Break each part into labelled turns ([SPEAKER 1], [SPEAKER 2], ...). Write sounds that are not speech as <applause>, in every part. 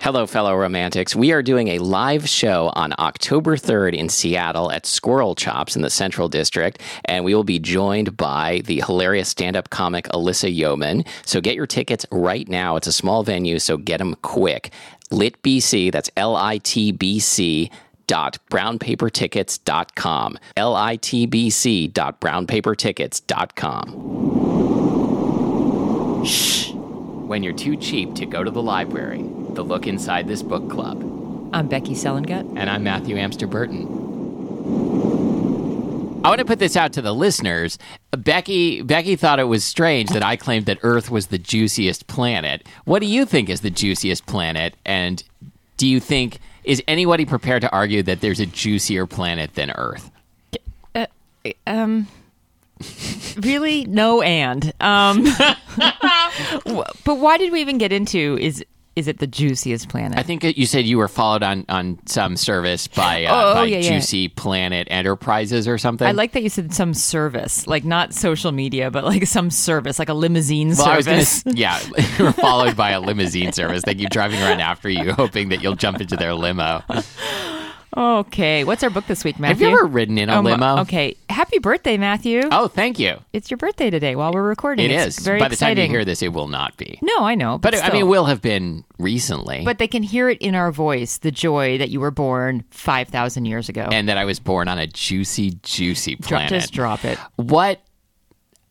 [SPEAKER 1] Hello, fellow romantics. We are doing a live show on October 3rd in Seattle at Squirrel Chops in the Central District, and we will be joined by the hilarious stand up comic Alyssa Yeoman. So get your tickets right now. It's a small venue, so get them quick. LitBC, that's L I T B C. Dot brownpapertickets.com. L I T B C dot brownpapertickets.com. When you're too cheap to go to the library, the look inside this book club.
[SPEAKER 2] I'm Becky Selengut.
[SPEAKER 1] And I'm Matthew Amster Burton. I want to put this out to the listeners. Becky Becky thought it was strange that I claimed that Earth was the juiciest planet. What do you think is the juiciest planet? And do you think is anybody prepared to argue that there's a juicier planet than Earth?
[SPEAKER 2] Um, really, no, and
[SPEAKER 1] <laughs>
[SPEAKER 2] um, w- but why did we even get into is is it the juiciest planet?
[SPEAKER 1] I think that you said you were followed on, on some service by, uh,
[SPEAKER 2] Oh, oh,
[SPEAKER 1] by
[SPEAKER 2] yeah, yeah.
[SPEAKER 1] Juicy Planet Enterprises or something.
[SPEAKER 2] I like that you said some service, like not social media, but like some service, like a limousine
[SPEAKER 1] Well,
[SPEAKER 2] service.
[SPEAKER 1] I was gonna, yeah, <laughs> you were followed by a limousine service. They keep driving around after you, <laughs> hoping that you'll jump into their limo.
[SPEAKER 2] okay, what's our book this week,
[SPEAKER 1] Have
[SPEAKER 2] Matthew?
[SPEAKER 1] you ever ridden in a
[SPEAKER 2] Oh, my-
[SPEAKER 1] limo?
[SPEAKER 2] Okay, happy birthday, Matthew.
[SPEAKER 1] Oh, thank you.
[SPEAKER 2] It's your birthday today. While we're recording,
[SPEAKER 1] It
[SPEAKER 2] it's
[SPEAKER 1] is.
[SPEAKER 2] very
[SPEAKER 1] By the
[SPEAKER 2] exciting.
[SPEAKER 1] time you hear this, it will not be.
[SPEAKER 2] no, I know, but,
[SPEAKER 1] But it- I mean,
[SPEAKER 2] still.
[SPEAKER 1] it will have been recently.
[SPEAKER 2] but they can hear it in our voice, the joy that you were born five thousand years ago.
[SPEAKER 1] and that I was born on a juicy, juicy planet.
[SPEAKER 2] Just drop it.
[SPEAKER 1] what?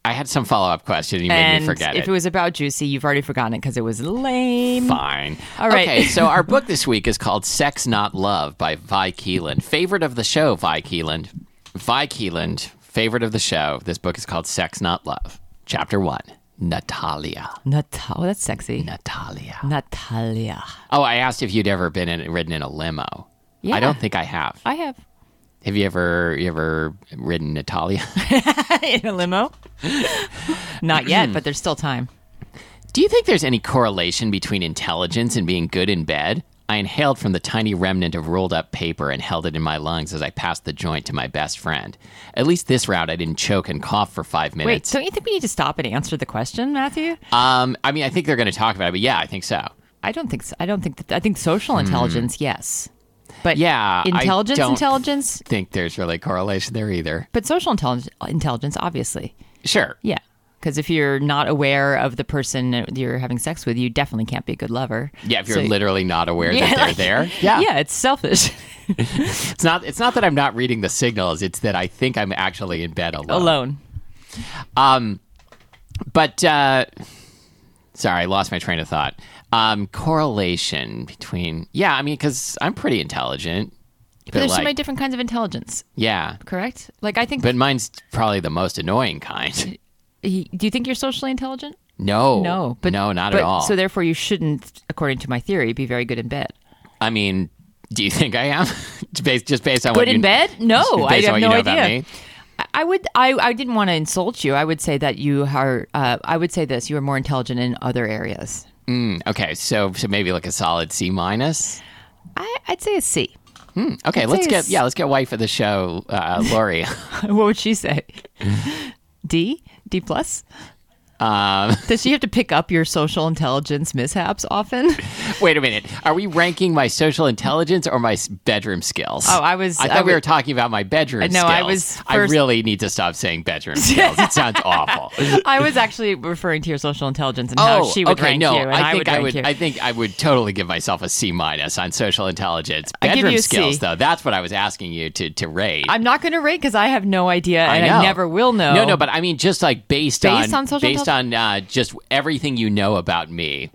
[SPEAKER 1] I had some follow up question. And you made
[SPEAKER 2] and
[SPEAKER 1] me forget
[SPEAKER 2] if it. was about Juicy, you've already forgotten it because it was lame.
[SPEAKER 1] Fine.
[SPEAKER 2] <laughs> All right.
[SPEAKER 1] Okay, so our book this week is called Sex Not Love by Vi Keeland. Favorite of the show, Vi Keeland. Vi Keeland, favorite of the show. This book is called Sex Not Love. Chapter one. Natalia.
[SPEAKER 2] Natal- oh, that's sexy.
[SPEAKER 1] Natalia.
[SPEAKER 2] Natalia.
[SPEAKER 1] Oh, I asked if you'd ever been in, ridden in a limo.
[SPEAKER 2] Yeah.
[SPEAKER 1] I don't think I have.
[SPEAKER 2] I have.
[SPEAKER 1] Have you ever you ever ridden Natalia?
[SPEAKER 2] <laughs>
[SPEAKER 1] <laughs>
[SPEAKER 2] In a limo? <laughs> Not yet, but there's still time.
[SPEAKER 1] Do you think there's any correlation between intelligence and being good in bed? I inhaled from the tiny remnant of rolled up paper and held it in my lungs as I passed the joint to my best friend. At least this round, I didn't choke and cough for five
[SPEAKER 2] Wait,
[SPEAKER 1] minutes.
[SPEAKER 2] don't you think we need to stop and answer the question, Matthew? Uh,
[SPEAKER 1] um, I mean, I think they're going to talk about it, but yeah, I think so.
[SPEAKER 2] I don't think so. I don't think that. I think social intelligence, yes. But
[SPEAKER 1] Yeah, I
[SPEAKER 2] intelligence,
[SPEAKER 1] don't-
[SPEAKER 2] intelligence,
[SPEAKER 1] Think there's really correlation there either.
[SPEAKER 2] but social intelligence, intelligence, obviously.
[SPEAKER 1] Sure.
[SPEAKER 2] Yeah. Because if you're not aware of the person you're having sex with, you definitely can't be a good lover.
[SPEAKER 1] Yeah, if you're
[SPEAKER 2] So-
[SPEAKER 1] literally not aware
[SPEAKER 2] <laughs> Yeah,
[SPEAKER 1] that they're
[SPEAKER 2] like-
[SPEAKER 1] there. Yeah.
[SPEAKER 2] <laughs> yeah, it's selfish.
[SPEAKER 1] It's not it's not that I'm not reading the signals, it's that I think I'm actually in bed alone.
[SPEAKER 2] <laughs> Alone.
[SPEAKER 1] But uh, sorry, I lost my train of thought. Um, correlation between yeah, I mean, because I'm pretty intelligent. But
[SPEAKER 2] But there's so
[SPEAKER 1] like-
[SPEAKER 2] many different kinds of intelligence,
[SPEAKER 1] Yeah,
[SPEAKER 2] correct? Like, I think.
[SPEAKER 1] but mine's probably the most annoying kind. <laughs>
[SPEAKER 2] do you think you're socially intelligent?
[SPEAKER 1] No,
[SPEAKER 2] No, but
[SPEAKER 1] no, not
[SPEAKER 2] but-
[SPEAKER 1] at all.
[SPEAKER 2] So therefore, you shouldn't, according to my theory, be very good in bed.
[SPEAKER 1] I mean, do you think I am? <laughs> based just based on
[SPEAKER 2] Good
[SPEAKER 1] what you,
[SPEAKER 2] in bed?
[SPEAKER 1] just
[SPEAKER 2] No, I
[SPEAKER 1] based on what
[SPEAKER 2] have no
[SPEAKER 1] you know
[SPEAKER 2] idea.
[SPEAKER 1] About me?
[SPEAKER 2] I- I would. I, I didn't want to insult you. I would say that you are. Uh, I would say this. You are more intelligent in other areas.
[SPEAKER 1] Mm, okay, so so maybe like a solid C minus.
[SPEAKER 2] I, I'd say a C. <laughs>
[SPEAKER 1] Okay, let's
[SPEAKER 2] say
[SPEAKER 1] get
[SPEAKER 2] s-
[SPEAKER 1] yeah, let's get wife of the show, uh, Lori. <laughs>
[SPEAKER 2] what would she <laughs> say? D. D plus.
[SPEAKER 1] um,
[SPEAKER 2] Does she have to pick up your social intelligence mishaps <laughs> often?
[SPEAKER 1] Wait a minute. Are we ranking my social intelligence or my s- bedroom skills?
[SPEAKER 2] Oh, I was-
[SPEAKER 1] I thought
[SPEAKER 2] I
[SPEAKER 1] we
[SPEAKER 2] wa-
[SPEAKER 1] were talking about my bedroom.
[SPEAKER 2] No,
[SPEAKER 1] skills.
[SPEAKER 2] I was
[SPEAKER 1] I
[SPEAKER 2] first-
[SPEAKER 1] really need to stop saying bedroom skills. It
[SPEAKER 2] <laughs>
[SPEAKER 1] sounds awful.
[SPEAKER 2] I was actually referring to your social intelligence and how
[SPEAKER 1] Oh,
[SPEAKER 2] she would
[SPEAKER 1] okay.
[SPEAKER 2] rank
[SPEAKER 1] no,
[SPEAKER 2] you, and I,
[SPEAKER 1] I think
[SPEAKER 2] would rank
[SPEAKER 1] would.
[SPEAKER 2] you.
[SPEAKER 1] I think I would totally give myself a C minus on social intelligence.
[SPEAKER 2] I give
[SPEAKER 1] Bedroom
[SPEAKER 2] you a
[SPEAKER 1] skills,
[SPEAKER 2] C.
[SPEAKER 1] though. That's what I was asking you to to rate.
[SPEAKER 2] I'm not going to rate because I have no idea,
[SPEAKER 1] I
[SPEAKER 2] and
[SPEAKER 1] know.
[SPEAKER 2] I never will know.
[SPEAKER 1] No, no, but I mean, just like based,
[SPEAKER 2] Based
[SPEAKER 1] on,
[SPEAKER 2] on social
[SPEAKER 1] based on uh, just everything you know about me.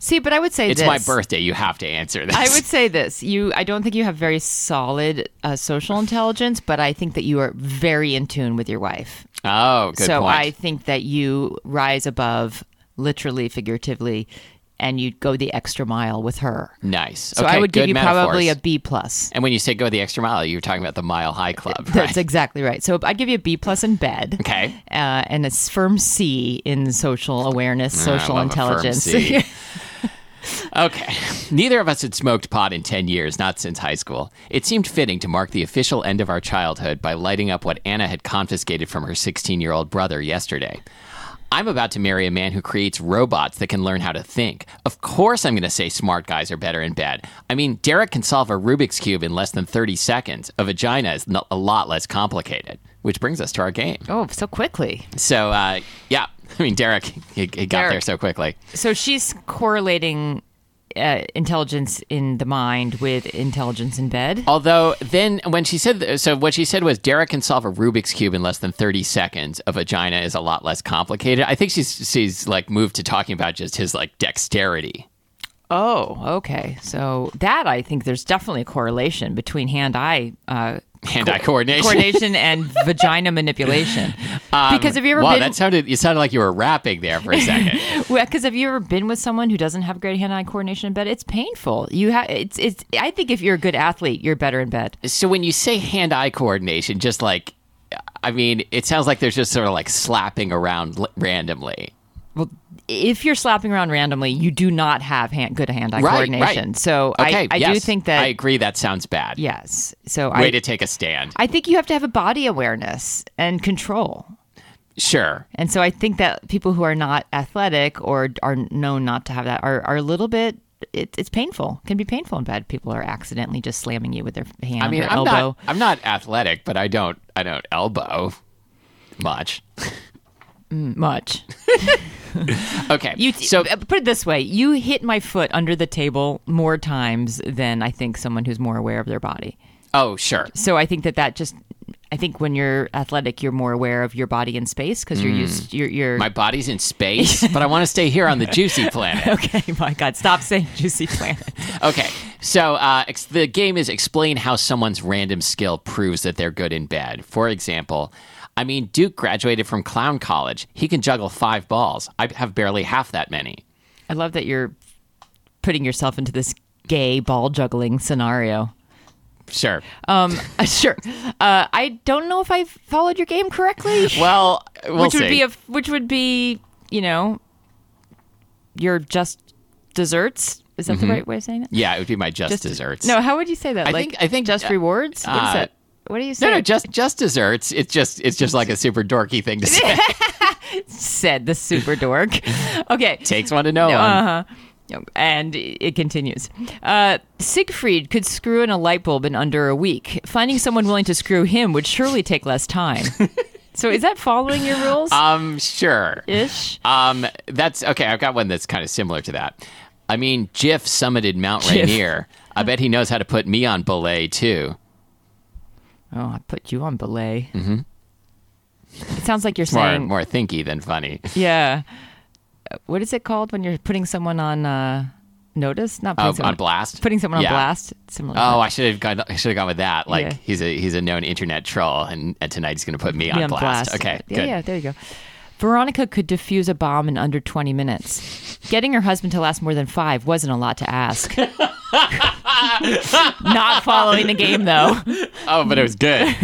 [SPEAKER 2] see, but I would say
[SPEAKER 1] It's
[SPEAKER 2] this.
[SPEAKER 1] my birthday. You have to answer this.
[SPEAKER 2] I would say this. You, I don't think you have very solid uh, social intelligence, but I think that you are very in tune with your wife.
[SPEAKER 1] <laughs> Oh, good
[SPEAKER 2] so
[SPEAKER 1] point.
[SPEAKER 2] I think that you rise above, literally, figuratively, and you go the extra mile with her.
[SPEAKER 1] nice.
[SPEAKER 2] So
[SPEAKER 1] Okay,
[SPEAKER 2] I would give
[SPEAKER 1] good
[SPEAKER 2] you probably
[SPEAKER 1] metaphors.
[SPEAKER 2] a B plus.
[SPEAKER 1] And when you say go the extra mile, you're talking about the Mile High Club,
[SPEAKER 2] <laughs> That's
[SPEAKER 1] right?
[SPEAKER 2] exactly right. So I'd give you a B plus in bed.
[SPEAKER 1] Okay.
[SPEAKER 2] Uh, and a s- firm C in social awareness,
[SPEAKER 1] I
[SPEAKER 2] social
[SPEAKER 1] love a firm
[SPEAKER 2] intelligence. <laughs>
[SPEAKER 1] C. <laughs> okay. Neither of us had smoked pot in 10 years, not since high school. It seemed fitting to mark the official end of our childhood by lighting up what Anna had confiscated from her 16 year old brother yesterday. I'm about to marry a man who creates robots that can learn how to think. Of course, I'm going to say smart guys are better in bed. I mean, Derek can solve a Rubik's Cube in less than 30 seconds. A vagina is not a lot less complicated, which brings us to our game.
[SPEAKER 2] Oh, so quickly.
[SPEAKER 1] So, uh, yeah, <laughs> I mean, Derek, he, he got
[SPEAKER 2] Derek.
[SPEAKER 1] there so quickly.
[SPEAKER 2] So she's correlating uh, intelligence in the mind with intelligence in bed.
[SPEAKER 1] Although, then when she said, so what she said was Derek can solve a Rubik's Cube in less than 30 seconds. A vagina is a lot less complicated. I think she's, she's like moved to talking about just his like dexterity.
[SPEAKER 2] Oh, okay. So that I think there's definitely a correlation between hand-eye <laughs> uh,
[SPEAKER 1] Hand-eye coordination.
[SPEAKER 2] coordination and vagina manipulation. because have you ever
[SPEAKER 1] wow,
[SPEAKER 2] been?
[SPEAKER 1] that sounded you sounded like you were rapping there for a
[SPEAKER 2] <laughs>
[SPEAKER 1] second.
[SPEAKER 2] Because have you ever been with someone who doesn't have great hand-eye coordination in bed? It's painful. You have. It's. It's. I think if you're a good athlete, you're better in bed.
[SPEAKER 1] so when you say hand-eye coordination, just like I mean, it sounds like there's just sort of like slapping around l- randomly.
[SPEAKER 2] Well, if you're slapping around randomly, you do not have hand, good hand-eye
[SPEAKER 1] Right,
[SPEAKER 2] coordination.
[SPEAKER 1] right.
[SPEAKER 2] So
[SPEAKER 1] Okay,
[SPEAKER 2] I, I do
[SPEAKER 1] yes,
[SPEAKER 2] think that
[SPEAKER 1] I agree that sounds bad.
[SPEAKER 2] yes. So
[SPEAKER 1] Way
[SPEAKER 2] I,
[SPEAKER 1] to take a stand.
[SPEAKER 2] I think you have to have a body awareness and control.
[SPEAKER 1] sure.
[SPEAKER 2] And so I think that people who are not athletic or are known not to have that are, are a little bit. It, it's painful. Can be painful in bed. People are accidentally just slamming you with their hand
[SPEAKER 1] I mean,
[SPEAKER 2] or
[SPEAKER 1] I'm
[SPEAKER 2] elbow.
[SPEAKER 1] not I'm not athletic, but I don't I don't elbow
[SPEAKER 2] <laughs>
[SPEAKER 1] much.
[SPEAKER 2] Much.
[SPEAKER 1] Okay.
[SPEAKER 2] You
[SPEAKER 1] so
[SPEAKER 2] so uh, put it this way: you hit my foot under the table more times than I think someone who's more aware of their body.
[SPEAKER 1] oh, sure.
[SPEAKER 2] So I think that that just. I think when you're athletic, you're more aware of your body in space because you're used. You're, you're
[SPEAKER 1] Mm. My body's in space, but I want to stay here on the juicy planet.
[SPEAKER 2] <laughs> <laughs> okay. My God, stop saying <laughs> juicy planet.
[SPEAKER 1] Okay, so uh, ex- the game is explain how someone's random skill proves that they're good in bed. For example, I mean, Duke graduated from clown college. He can juggle five balls. I have barely half that many.
[SPEAKER 2] I love that you're putting yourself into this gay ball juggling scenario. <laughs>
[SPEAKER 1] Sure.
[SPEAKER 2] Um, uh, sure. Uh, I don't know if I followed your game correctly,
[SPEAKER 1] Well, we'll
[SPEAKER 2] which
[SPEAKER 1] see.
[SPEAKER 2] would be a, which would be you know your just desserts. Is that the right way of saying that?
[SPEAKER 1] yeah, it would be my Mm-hmm. just, desserts.
[SPEAKER 2] No, how would you say that?
[SPEAKER 1] I
[SPEAKER 2] like
[SPEAKER 1] think- I think,
[SPEAKER 2] just
[SPEAKER 1] uh,
[SPEAKER 2] rewards. What is
[SPEAKER 1] uh,
[SPEAKER 2] that? What do you say?
[SPEAKER 1] No, no, just just desserts. It's just it's just like a super dorky thing to
[SPEAKER 2] <laughs>
[SPEAKER 1] say.
[SPEAKER 2] said the super dork. <laughs> okay,
[SPEAKER 1] Takes one to know one.
[SPEAKER 2] Uh huh. And it continues. Uh, Siegfried could screw in a light bulb in under a week. Finding someone willing to screw him would surely take
[SPEAKER 1] <laughs>
[SPEAKER 2] less time. so is that following your rules?
[SPEAKER 1] Um, sure.
[SPEAKER 2] Ish.
[SPEAKER 1] Um, that's okay. I've got one that's kind of similar to that. I mean, Jif summited Mount
[SPEAKER 2] Jif.
[SPEAKER 1] Rainier. I bet he knows how to put me on belay too.
[SPEAKER 2] Oh, I put you on belay. Mm-hmm. It sounds like you're
[SPEAKER 1] More
[SPEAKER 2] saying,
[SPEAKER 1] more thinky than funny.
[SPEAKER 2] yeah. Uh, What is it called when you're putting someone on uh, notice? Not putting
[SPEAKER 1] Oh,
[SPEAKER 2] someone
[SPEAKER 1] on blast.
[SPEAKER 2] Putting someone on
[SPEAKER 1] Yeah.
[SPEAKER 2] blast. Similar. to
[SPEAKER 1] Oh, I should have gone. I should have gone with that. Like
[SPEAKER 2] Yeah.
[SPEAKER 1] he's a he's a known internet troll, and, and tonight he's going to put me,
[SPEAKER 2] be
[SPEAKER 1] on, blast. Okay,
[SPEAKER 2] yeah,
[SPEAKER 1] good.
[SPEAKER 2] yeah, there you go. Veronica could defuse a bomb in under 20 minutes. Getting her husband to last more than five wasn't a lot to ask. <laughs> Not following the game, though.
[SPEAKER 1] Oh, but it was
[SPEAKER 2] <laughs>
[SPEAKER 1] good.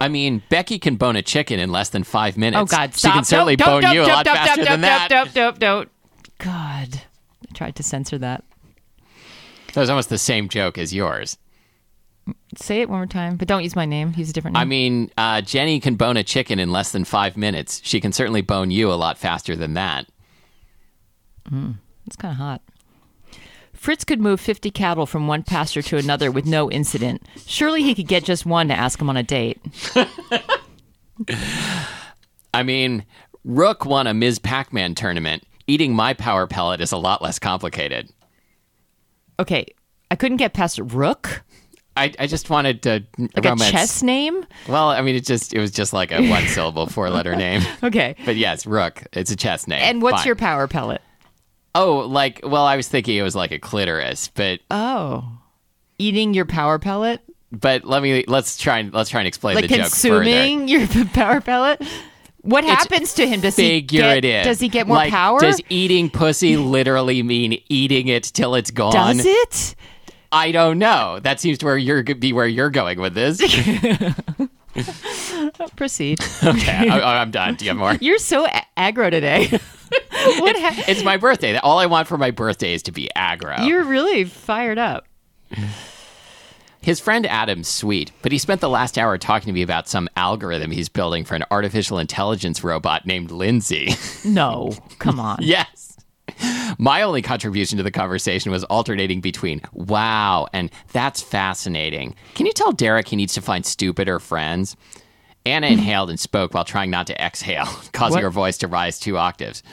[SPEAKER 1] I mean, Becky can bone a chicken in less than five minutes.
[SPEAKER 2] Oh, God,
[SPEAKER 1] She
[SPEAKER 2] stop.
[SPEAKER 1] can certainly
[SPEAKER 2] Nope,
[SPEAKER 1] bone
[SPEAKER 2] nope,
[SPEAKER 1] you
[SPEAKER 2] nope,
[SPEAKER 1] a lot
[SPEAKER 2] nope,
[SPEAKER 1] faster
[SPEAKER 2] nope,
[SPEAKER 1] than
[SPEAKER 2] nope,
[SPEAKER 1] that.
[SPEAKER 2] Nope, nope, nope. God. I tried to censor that.
[SPEAKER 1] That was almost the same joke as yours.
[SPEAKER 2] Say it one more time, but don't use my name. Use a different
[SPEAKER 1] I
[SPEAKER 2] name.
[SPEAKER 1] mean, uh, Jenny can bone a chicken in less than five minutes. She can certainly bone you a lot faster than that.
[SPEAKER 2] It's kind of hot. Fritz could move 50 cattle from one pasture to another with no incident. Surely he could get just one to ask him on a date.
[SPEAKER 1] I mean, Rook won a Ms. Pac Man tournament. Eating my power pellet is a lot less complicated.
[SPEAKER 2] Okay, I couldn't get past Rook.
[SPEAKER 1] I, I just wanted to
[SPEAKER 2] like
[SPEAKER 1] romance.
[SPEAKER 2] a chess name.
[SPEAKER 1] Well, I mean, it just it was just like a
[SPEAKER 2] <laughs>
[SPEAKER 1] one syllable four letter name.
[SPEAKER 2] Okay.
[SPEAKER 1] But yes, Rook. It's a chess name.
[SPEAKER 2] And what's
[SPEAKER 1] Fine.
[SPEAKER 2] your power pellet?
[SPEAKER 1] oh like? Well, I was thinking it was like a clitoris, but
[SPEAKER 2] Oh, eating your power pellet,
[SPEAKER 1] but let me let's try and let's try and explain
[SPEAKER 2] like
[SPEAKER 1] the joke further.
[SPEAKER 2] consuming your <laughs> p- power pellet. What happens to him? Does he
[SPEAKER 1] figure
[SPEAKER 2] get,
[SPEAKER 1] it in.
[SPEAKER 2] Does he get more
[SPEAKER 1] Like,
[SPEAKER 2] power?
[SPEAKER 1] Does eating pussy literally mean eating it till it's gone?
[SPEAKER 2] Does it?
[SPEAKER 1] I don't know. That seems to where you're be where you're going with
[SPEAKER 2] <laughs>
[SPEAKER 1] this. okay, <laughs>
[SPEAKER 2] Proceed.
[SPEAKER 1] I, I'm done. Do you have more?
[SPEAKER 2] You're so a- aggro today. <laughs> what? Ha-
[SPEAKER 1] It's my birthday. All I want for my birthday is to be aggro.
[SPEAKER 2] You're really fired up.
[SPEAKER 1] His friend Adam's sweet, but he spent the last hour talking to me about some algorithm he's building for an artificial intelligence robot named Lindsay. <laughs>
[SPEAKER 2] No, come on.
[SPEAKER 1] yes. My only contribution to the conversation was alternating between wow and that's fascinating. Can you tell Derek he needs to find stupider friends? Anna inhaled and spoke while trying not to exhale, <laughs> causing
[SPEAKER 2] Mm-hmm. What?
[SPEAKER 1] her voice to rise two octaves.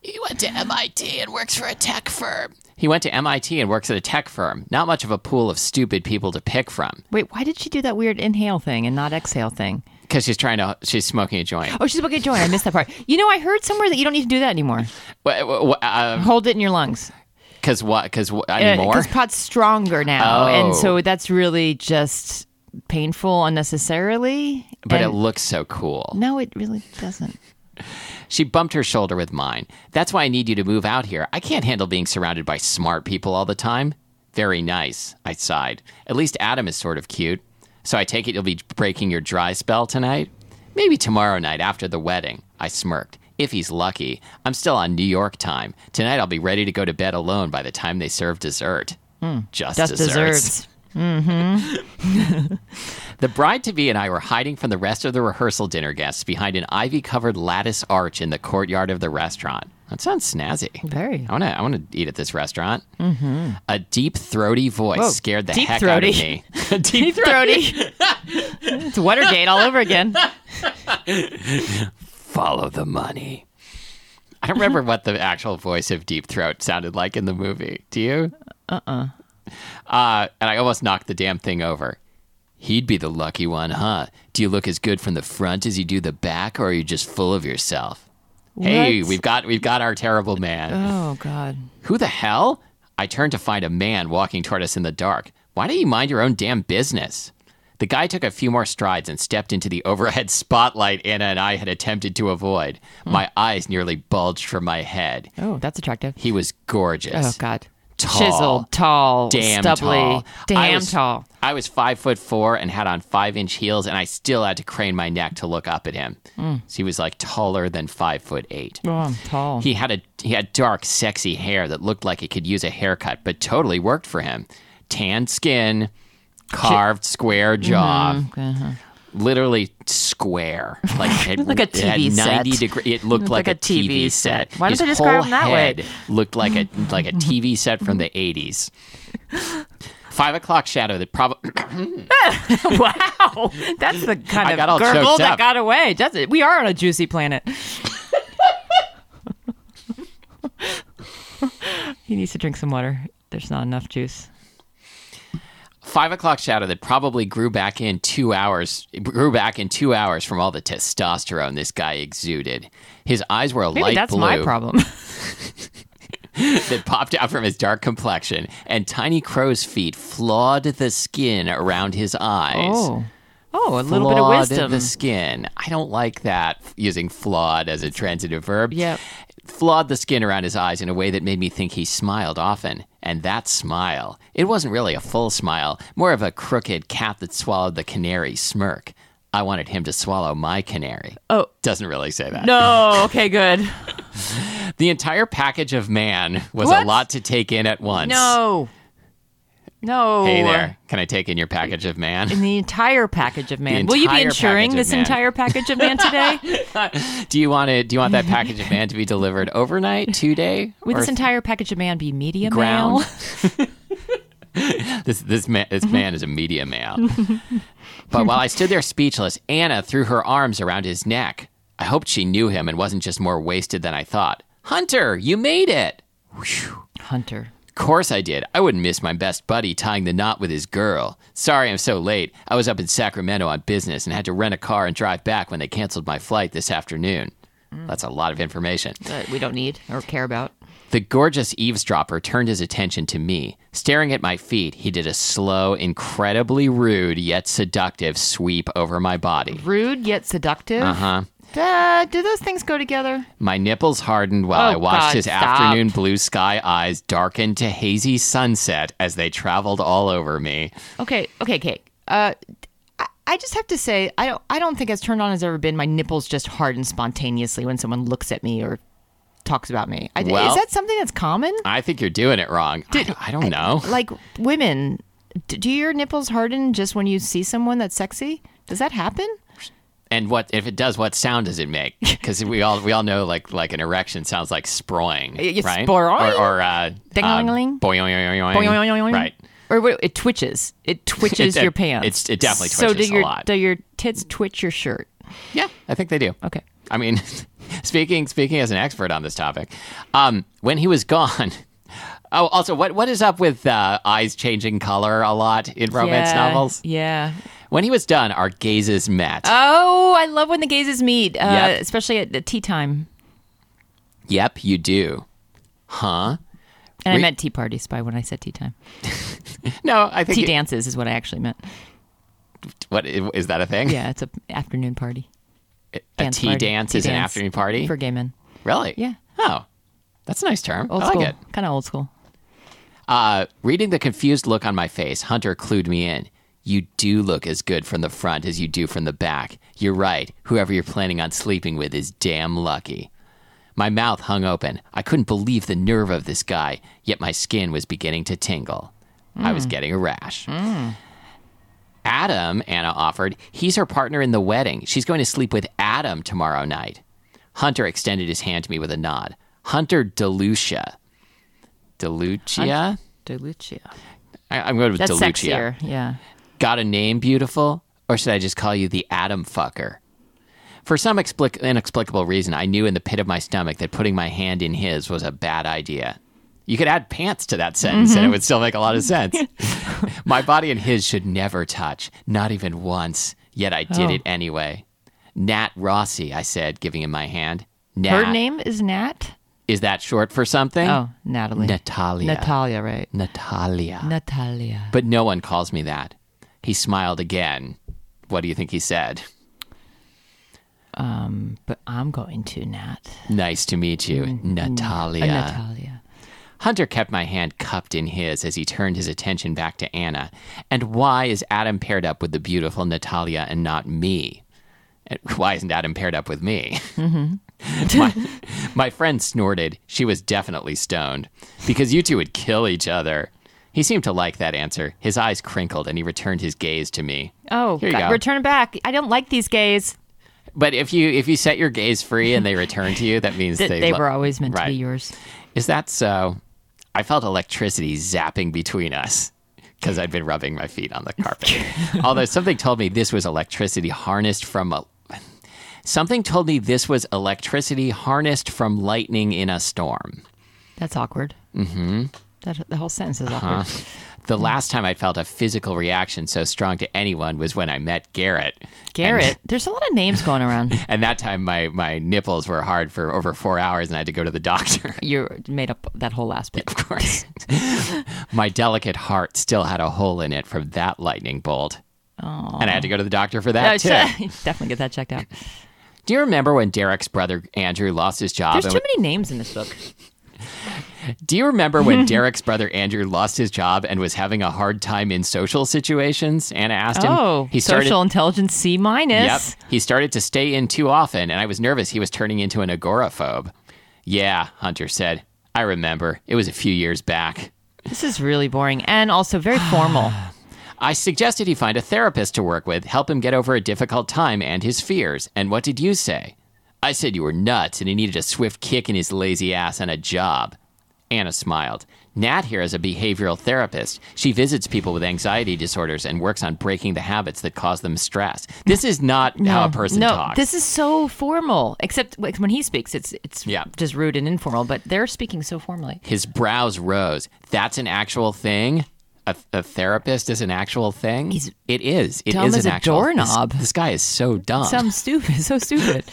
[SPEAKER 1] He went to MIT and works for a tech firm. He went to MIT and works at a tech firm. Not much of a pool of stupid people to pick from
[SPEAKER 2] Wait, why did she do that weird inhale thing and not exhale thing?
[SPEAKER 1] because she's trying to, she's smoking a joint.
[SPEAKER 2] Oh, she's about to join. I missed that part. You know, I heard somewhere that you don't need to do that anymore.
[SPEAKER 1] Because
[SPEAKER 2] Hold it in your lungs.
[SPEAKER 1] uh, what? Because what?
[SPEAKER 2] Uh,
[SPEAKER 1] Anymore?
[SPEAKER 2] pot's stronger
[SPEAKER 1] Oh.
[SPEAKER 2] now, and so that's really just painful unnecessarily.
[SPEAKER 1] But it
[SPEAKER 2] and-
[SPEAKER 1] looks so cool.
[SPEAKER 2] no, it really doesn't.
[SPEAKER 1] She bumped her shoulder with mine. That's why I need you to move out here. I can't handle being surrounded by smart people all the time. Very nice, I sighed. At least Adam is sort of cute. So I take it you'll be breaking your dry spell tonight? Maybe tomorrow night after the wedding, I smirked. If he's lucky, I'm still on New York time. Tonight I'll be ready to go to bed alone by the time they serve dessert. Just,
[SPEAKER 2] Just
[SPEAKER 1] desserts.
[SPEAKER 2] desserts.
[SPEAKER 1] The bride to be and I were hiding from the rest of the rehearsal dinner guests behind an ivy covered lattice arch in the courtyard of the restaurant. That sounds snazzy.
[SPEAKER 2] Very.
[SPEAKER 1] <laughs> I want to. I want to eat at this restaurant. Mm-hmm. A deep throaty voice
[SPEAKER 2] Whoa,
[SPEAKER 1] scared the
[SPEAKER 2] deep
[SPEAKER 1] heck out of
[SPEAKER 2] throaty.
[SPEAKER 1] me. <laughs>
[SPEAKER 2] <laughs>
[SPEAKER 1] A deep
[SPEAKER 2] Throaty. <laughs> it's Watergate all over again.
[SPEAKER 1] Follow the money. I don't remember what the actual voice of Deep Throat sounded like in the movie. Do you? Uh-uh. Uh And I almost knocked the damn thing over. He'd be the lucky one, huh? Do you look as good from the front as you do the back, or are you just full of yourself? Hey,
[SPEAKER 2] What?
[SPEAKER 1] we've got we've got our terrible man.
[SPEAKER 2] Oh God.
[SPEAKER 1] Who the hell? I turned to find a man walking toward us in the dark. Why don't you mind your own damn business? The guy took a few more strides and stepped into the <laughs> overhead spotlight Anna and I had attempted to avoid.
[SPEAKER 2] Hmm.
[SPEAKER 1] My eyes nearly bulged from my head.
[SPEAKER 2] Oh, that's attractive.
[SPEAKER 1] He was
[SPEAKER 2] Oh
[SPEAKER 1] gorgeous.
[SPEAKER 2] God.
[SPEAKER 1] Tall.
[SPEAKER 2] Chiseled, tall,
[SPEAKER 1] Damn
[SPEAKER 2] stubbly,
[SPEAKER 1] tall. I
[SPEAKER 2] damn
[SPEAKER 1] was-
[SPEAKER 2] tall.
[SPEAKER 1] I was five foot four and had on five inch heels, and I still had to crane my neck to look up at him.
[SPEAKER 2] Hmm.
[SPEAKER 1] So he was like taller than five foot eight.
[SPEAKER 2] Oh, I'm tall.
[SPEAKER 1] He had a he had dark, sexy hair that looked like it could use a haircut, but totally worked for him. Tanned skin, carved square
[SPEAKER 2] Mm-hmm,
[SPEAKER 1] jaw, literally square,
[SPEAKER 2] <laughs>
[SPEAKER 1] like it,
[SPEAKER 2] uh-huh. Like a
[SPEAKER 1] it had
[SPEAKER 2] TV set.
[SPEAKER 1] ninety degree. It looked like, a TV, set.
[SPEAKER 2] Why don't
[SPEAKER 1] His
[SPEAKER 2] they describe
[SPEAKER 1] whole
[SPEAKER 2] him that way?
[SPEAKER 1] head Looked like a like a TV set from
[SPEAKER 2] <laughs>
[SPEAKER 1] the eighties. Five o'clock shadow that probably
[SPEAKER 2] <laughs> wow, that's the
[SPEAKER 1] I
[SPEAKER 2] kind
[SPEAKER 1] got all
[SPEAKER 2] of gurgle
[SPEAKER 1] choked
[SPEAKER 2] that
[SPEAKER 1] up.
[SPEAKER 2] got away. That's it. We are on a
[SPEAKER 1] <laughs>
[SPEAKER 2] juicy planet. he needs to drink some water. There's not enough juice.
[SPEAKER 1] five o'clock shadow that probably grew back in two hours grew back in two hours from all the testosterone this guy exuded his eyes were a
[SPEAKER 2] Maybe
[SPEAKER 1] light
[SPEAKER 2] that's
[SPEAKER 1] blue
[SPEAKER 2] my problem.
[SPEAKER 1] that popped out from his dark complexion and tiny crow's feet flawed the skin around his eyes
[SPEAKER 2] <laughs> oh, oh, a little bit of
[SPEAKER 1] Flawed
[SPEAKER 2] wisdom.
[SPEAKER 1] the skin i don't like that using flawed as a transitive verb
[SPEAKER 2] Yep.
[SPEAKER 1] flawed the skin around his eyes in a way that made me think he smiled often. And that smile, it wasn't really a full smile, more of a crooked cat that swallowed the canary smirk. I wanted him to swallow my canary.
[SPEAKER 2] Oh.
[SPEAKER 1] Doesn't really say that.
[SPEAKER 2] No,
[SPEAKER 1] <laughs>
[SPEAKER 2] okay, good.
[SPEAKER 1] The entire package of man was a
[SPEAKER 2] What?
[SPEAKER 1] lot to take in at once.
[SPEAKER 2] No, no.
[SPEAKER 1] Hey there. Can I take in your package of man?
[SPEAKER 2] In the entire package of man. Will you be
[SPEAKER 1] entire
[SPEAKER 2] insuring
[SPEAKER 1] package of
[SPEAKER 2] this
[SPEAKER 1] man.
[SPEAKER 2] entire package of
[SPEAKER 1] <laughs>
[SPEAKER 2] man today?
[SPEAKER 1] Do you want it do you want that package of man to be delivered overnight, two day?
[SPEAKER 2] Would
[SPEAKER 1] or
[SPEAKER 2] this entire package of man be media
[SPEAKER 1] ground.
[SPEAKER 2] mail? <laughs>
[SPEAKER 1] this this man this man is a media male. but while I stood there speechless, Anna threw her arms around his neck. I hoped she knew him and wasn't just more wasted than I thought. Hunter, you made it.
[SPEAKER 2] Hunter.
[SPEAKER 1] Of course I did. I wouldn't miss my best buddy tying the knot with his girl. Sorry I'm so late. I was up in Sacramento on business and had to rent a car and drive back when they canceled my flight this afternoon. That's a lot of information.
[SPEAKER 2] that we don't need or care about.
[SPEAKER 1] The gorgeous eavesdropper turned his attention to me. Staring at my feet, he did a slow, incredibly rude yet seductive sweep over my body.
[SPEAKER 2] Rude yet seductive.
[SPEAKER 1] Huh?
[SPEAKER 2] Duh, do those things go together?
[SPEAKER 1] My nipples hardened while
[SPEAKER 2] Oh,
[SPEAKER 1] I watched
[SPEAKER 2] God,
[SPEAKER 1] his
[SPEAKER 2] stop.
[SPEAKER 1] afternoon blue sky eyes darken to hazy sunset as they traveled all over me.
[SPEAKER 2] Okay, okay, okay. Uh, I, I just have to say, I don't, I don't think as turned on as ever been. My nipples just harden spontaneously when someone looks at me or talks about me. I,
[SPEAKER 1] Well-
[SPEAKER 2] is that something that's common?
[SPEAKER 1] I think you're doing it wrong. I, I don't know.
[SPEAKER 2] Like women, d- do your nipples harden just when you see someone that's sexy? Does that happen?
[SPEAKER 1] And what if it does? What sound does it
[SPEAKER 2] <laughs>
[SPEAKER 1] make? Because we all we all know like like an erection sounds like sproing,
[SPEAKER 2] Y- y-
[SPEAKER 1] right?
[SPEAKER 2] sporoing?
[SPEAKER 1] or, or uh,
[SPEAKER 2] Ding-a-ling-a-ling?
[SPEAKER 1] um, boing-oing-oing-oing. right?
[SPEAKER 2] Or what, it twitches. It twitches
[SPEAKER 1] <laughs> It-
[SPEAKER 2] your
[SPEAKER 1] it-
[SPEAKER 2] pants.
[SPEAKER 1] it's- it definitely
[SPEAKER 2] so do
[SPEAKER 1] twitches a
[SPEAKER 2] your,
[SPEAKER 1] lot.
[SPEAKER 2] Do your tits twitch your shirt?
[SPEAKER 1] Yeah, I think they do.
[SPEAKER 2] Okay.
[SPEAKER 1] I mean, <laughs> speaking speaking as an expert on this topic, um, when he was gone. <laughs> Oh, also, what what is up with uh, eyes changing color a lot in romance
[SPEAKER 2] yeah,
[SPEAKER 1] novels?
[SPEAKER 2] Yeah.
[SPEAKER 1] When he was done, our gazes met.
[SPEAKER 2] Oh, I love when the gazes meet, uh,
[SPEAKER 1] Yep.
[SPEAKER 2] especially at the tea time.
[SPEAKER 1] yep, you do, huh?
[SPEAKER 2] And I
[SPEAKER 1] Re-
[SPEAKER 2] meant tea parties by when I said tea time.
[SPEAKER 1] No, I think
[SPEAKER 2] Tea
[SPEAKER 1] it-
[SPEAKER 2] dances is what I actually meant.
[SPEAKER 1] what is that a thing?
[SPEAKER 2] Yeah, it's a afternoon party.
[SPEAKER 1] a
[SPEAKER 2] dance
[SPEAKER 1] tea
[SPEAKER 2] party.
[SPEAKER 1] dance
[SPEAKER 2] Tea
[SPEAKER 1] is an
[SPEAKER 2] dance
[SPEAKER 1] afternoon party.
[SPEAKER 2] for gay men.
[SPEAKER 1] really?
[SPEAKER 2] Yeah.
[SPEAKER 1] Oh, that's a nice term.
[SPEAKER 2] Old
[SPEAKER 1] I like
[SPEAKER 2] school,
[SPEAKER 1] it.
[SPEAKER 2] kind of old school.
[SPEAKER 1] Uh, reading the confused look on my face, Hunter clued me in. You do look as good from the front as you do from the back. You're right. Whoever you're planning on sleeping with is damn lucky. My mouth hung open. I couldn't believe the nerve of this guy, yet my skin was beginning to tingle. I was getting a rash. Adam, Anna offered, he's her partner in the wedding. She's going to sleep with Adam tomorrow night. Hunter extended his hand to me with a nod. Hunter DeLucia. DeLucia?
[SPEAKER 2] Delucia.
[SPEAKER 1] I, I'm going with
[SPEAKER 2] That's
[SPEAKER 1] DeLucia.
[SPEAKER 2] sexier. Yeah.
[SPEAKER 1] Got a name, beautiful? Or should I just call you the Atom Fucker? For some explic- inexplicable reason, I knew in the pit of my stomach that putting my hand in his was a bad idea. You could add pants to that sentence
[SPEAKER 2] Mm-hmm.
[SPEAKER 1] and it would still make a lot of sense.
[SPEAKER 2] <laughs>
[SPEAKER 1] <laughs> my body and his should never touch, not even once. Yet I
[SPEAKER 2] Oh.
[SPEAKER 1] did it anyway. Nat Rossi, I said, giving him my hand. Nat, Mm.
[SPEAKER 2] Her name is Nat.
[SPEAKER 1] is that short for something?
[SPEAKER 2] Oh, Natalie.
[SPEAKER 1] Natalia.
[SPEAKER 2] Natalia, right?
[SPEAKER 1] Natalia.
[SPEAKER 2] Natalia.
[SPEAKER 1] But no one calls me that. He smiled again. What do you think he said?
[SPEAKER 2] Um, But I'm going to Nat.
[SPEAKER 1] Nice to meet you, Natalia.
[SPEAKER 2] Uh, Natalia.
[SPEAKER 1] Hunter kept my hand cupped in his as he turned his attention back to Anna. And why is Adam paired up with the beautiful Natalia and not me? And why isn't Adam paired up with me?
[SPEAKER 2] Mm-hmm.
[SPEAKER 1] my, my friend snorted. She was definitely stoned because you two would kill each other. He seemed to like that answer. His eyes crinkled and he returned his gaze to me.
[SPEAKER 2] Oh,
[SPEAKER 1] Here you
[SPEAKER 2] God,
[SPEAKER 1] go.
[SPEAKER 2] return it back. I don't like these gays.
[SPEAKER 1] But if you if you set your gaze free
[SPEAKER 2] <laughs>
[SPEAKER 1] and they return to you, that means
[SPEAKER 2] Th-
[SPEAKER 1] they,
[SPEAKER 2] they
[SPEAKER 1] lo-
[SPEAKER 2] were always meant to
[SPEAKER 1] Right.
[SPEAKER 2] be yours.
[SPEAKER 1] Is that so? I felt electricity zapping between us because I'd been rubbing my feet on the
[SPEAKER 2] <laughs>
[SPEAKER 1] carpet. Although something told me this was electricity harnessed from a. Something told me this was electricity harnessed from lightning in a storm.
[SPEAKER 2] That's awkward. Mm-hmm. That the whole sentence is
[SPEAKER 1] Uh-huh.
[SPEAKER 2] awkward.
[SPEAKER 1] The
[SPEAKER 2] Hmm.
[SPEAKER 1] last time I felt a physical reaction so strong to anyone was when I met Garrett.
[SPEAKER 2] Garrett. There's a lot of names going
[SPEAKER 1] <laughs>
[SPEAKER 2] around.
[SPEAKER 1] And that time my, my nipples were hard for over four hours and I had to go to the <laughs> doctor.
[SPEAKER 2] You made up that whole last <laughs> bit.
[SPEAKER 1] of course. My delicate heart still had a hole in it from that lightning bolt. And I had to go to the doctor for
[SPEAKER 2] Oh,
[SPEAKER 1] that too.
[SPEAKER 2] <laughs> Definitely get that checked out.
[SPEAKER 1] Do you remember when Derek's brother Andrew lost his job?
[SPEAKER 2] There's
[SPEAKER 1] and
[SPEAKER 2] too many names in this book.
[SPEAKER 1] Do you remember when Derek's brother Andrew lost his job and was having a hard time in social situations? Anna asked him.
[SPEAKER 2] Oh,
[SPEAKER 1] he started.
[SPEAKER 2] social intelligence C
[SPEAKER 1] Yep.
[SPEAKER 2] minus.
[SPEAKER 1] He started to stay in too often, and I was nervous he was turning into an agoraphobe. Yeah, Hunter said. I remember. It was a few years back.
[SPEAKER 2] This is really boring and
[SPEAKER 1] <sighs>
[SPEAKER 2] also very formal.
[SPEAKER 1] I suggested he find a therapist to work with, help him get over a difficult time and his fears. And what did you say? I said you were nuts and he needed a swift kick in his lazy ass and a job. Anna smiled. Nat here is a behavioral therapist. She visits people with anxiety disorders and works on breaking the habits that cause them stress. This is not how a person
[SPEAKER 2] no,
[SPEAKER 1] talks.
[SPEAKER 2] this is so formal. Except like, when he speaks, it's it's
[SPEAKER 1] Yeah.
[SPEAKER 2] just rude and informal. But they're speaking so formally.
[SPEAKER 1] his brows rose. That's an actual thing? A, a therapist is an actual thing?
[SPEAKER 2] He's
[SPEAKER 1] it is. It is
[SPEAKER 2] dumb as
[SPEAKER 1] an
[SPEAKER 2] a
[SPEAKER 1] actual this-
[SPEAKER 2] doorknob.
[SPEAKER 1] This, guy is so dumb.
[SPEAKER 2] Some stupid,
[SPEAKER 1] <laughs>
[SPEAKER 2] so stupid.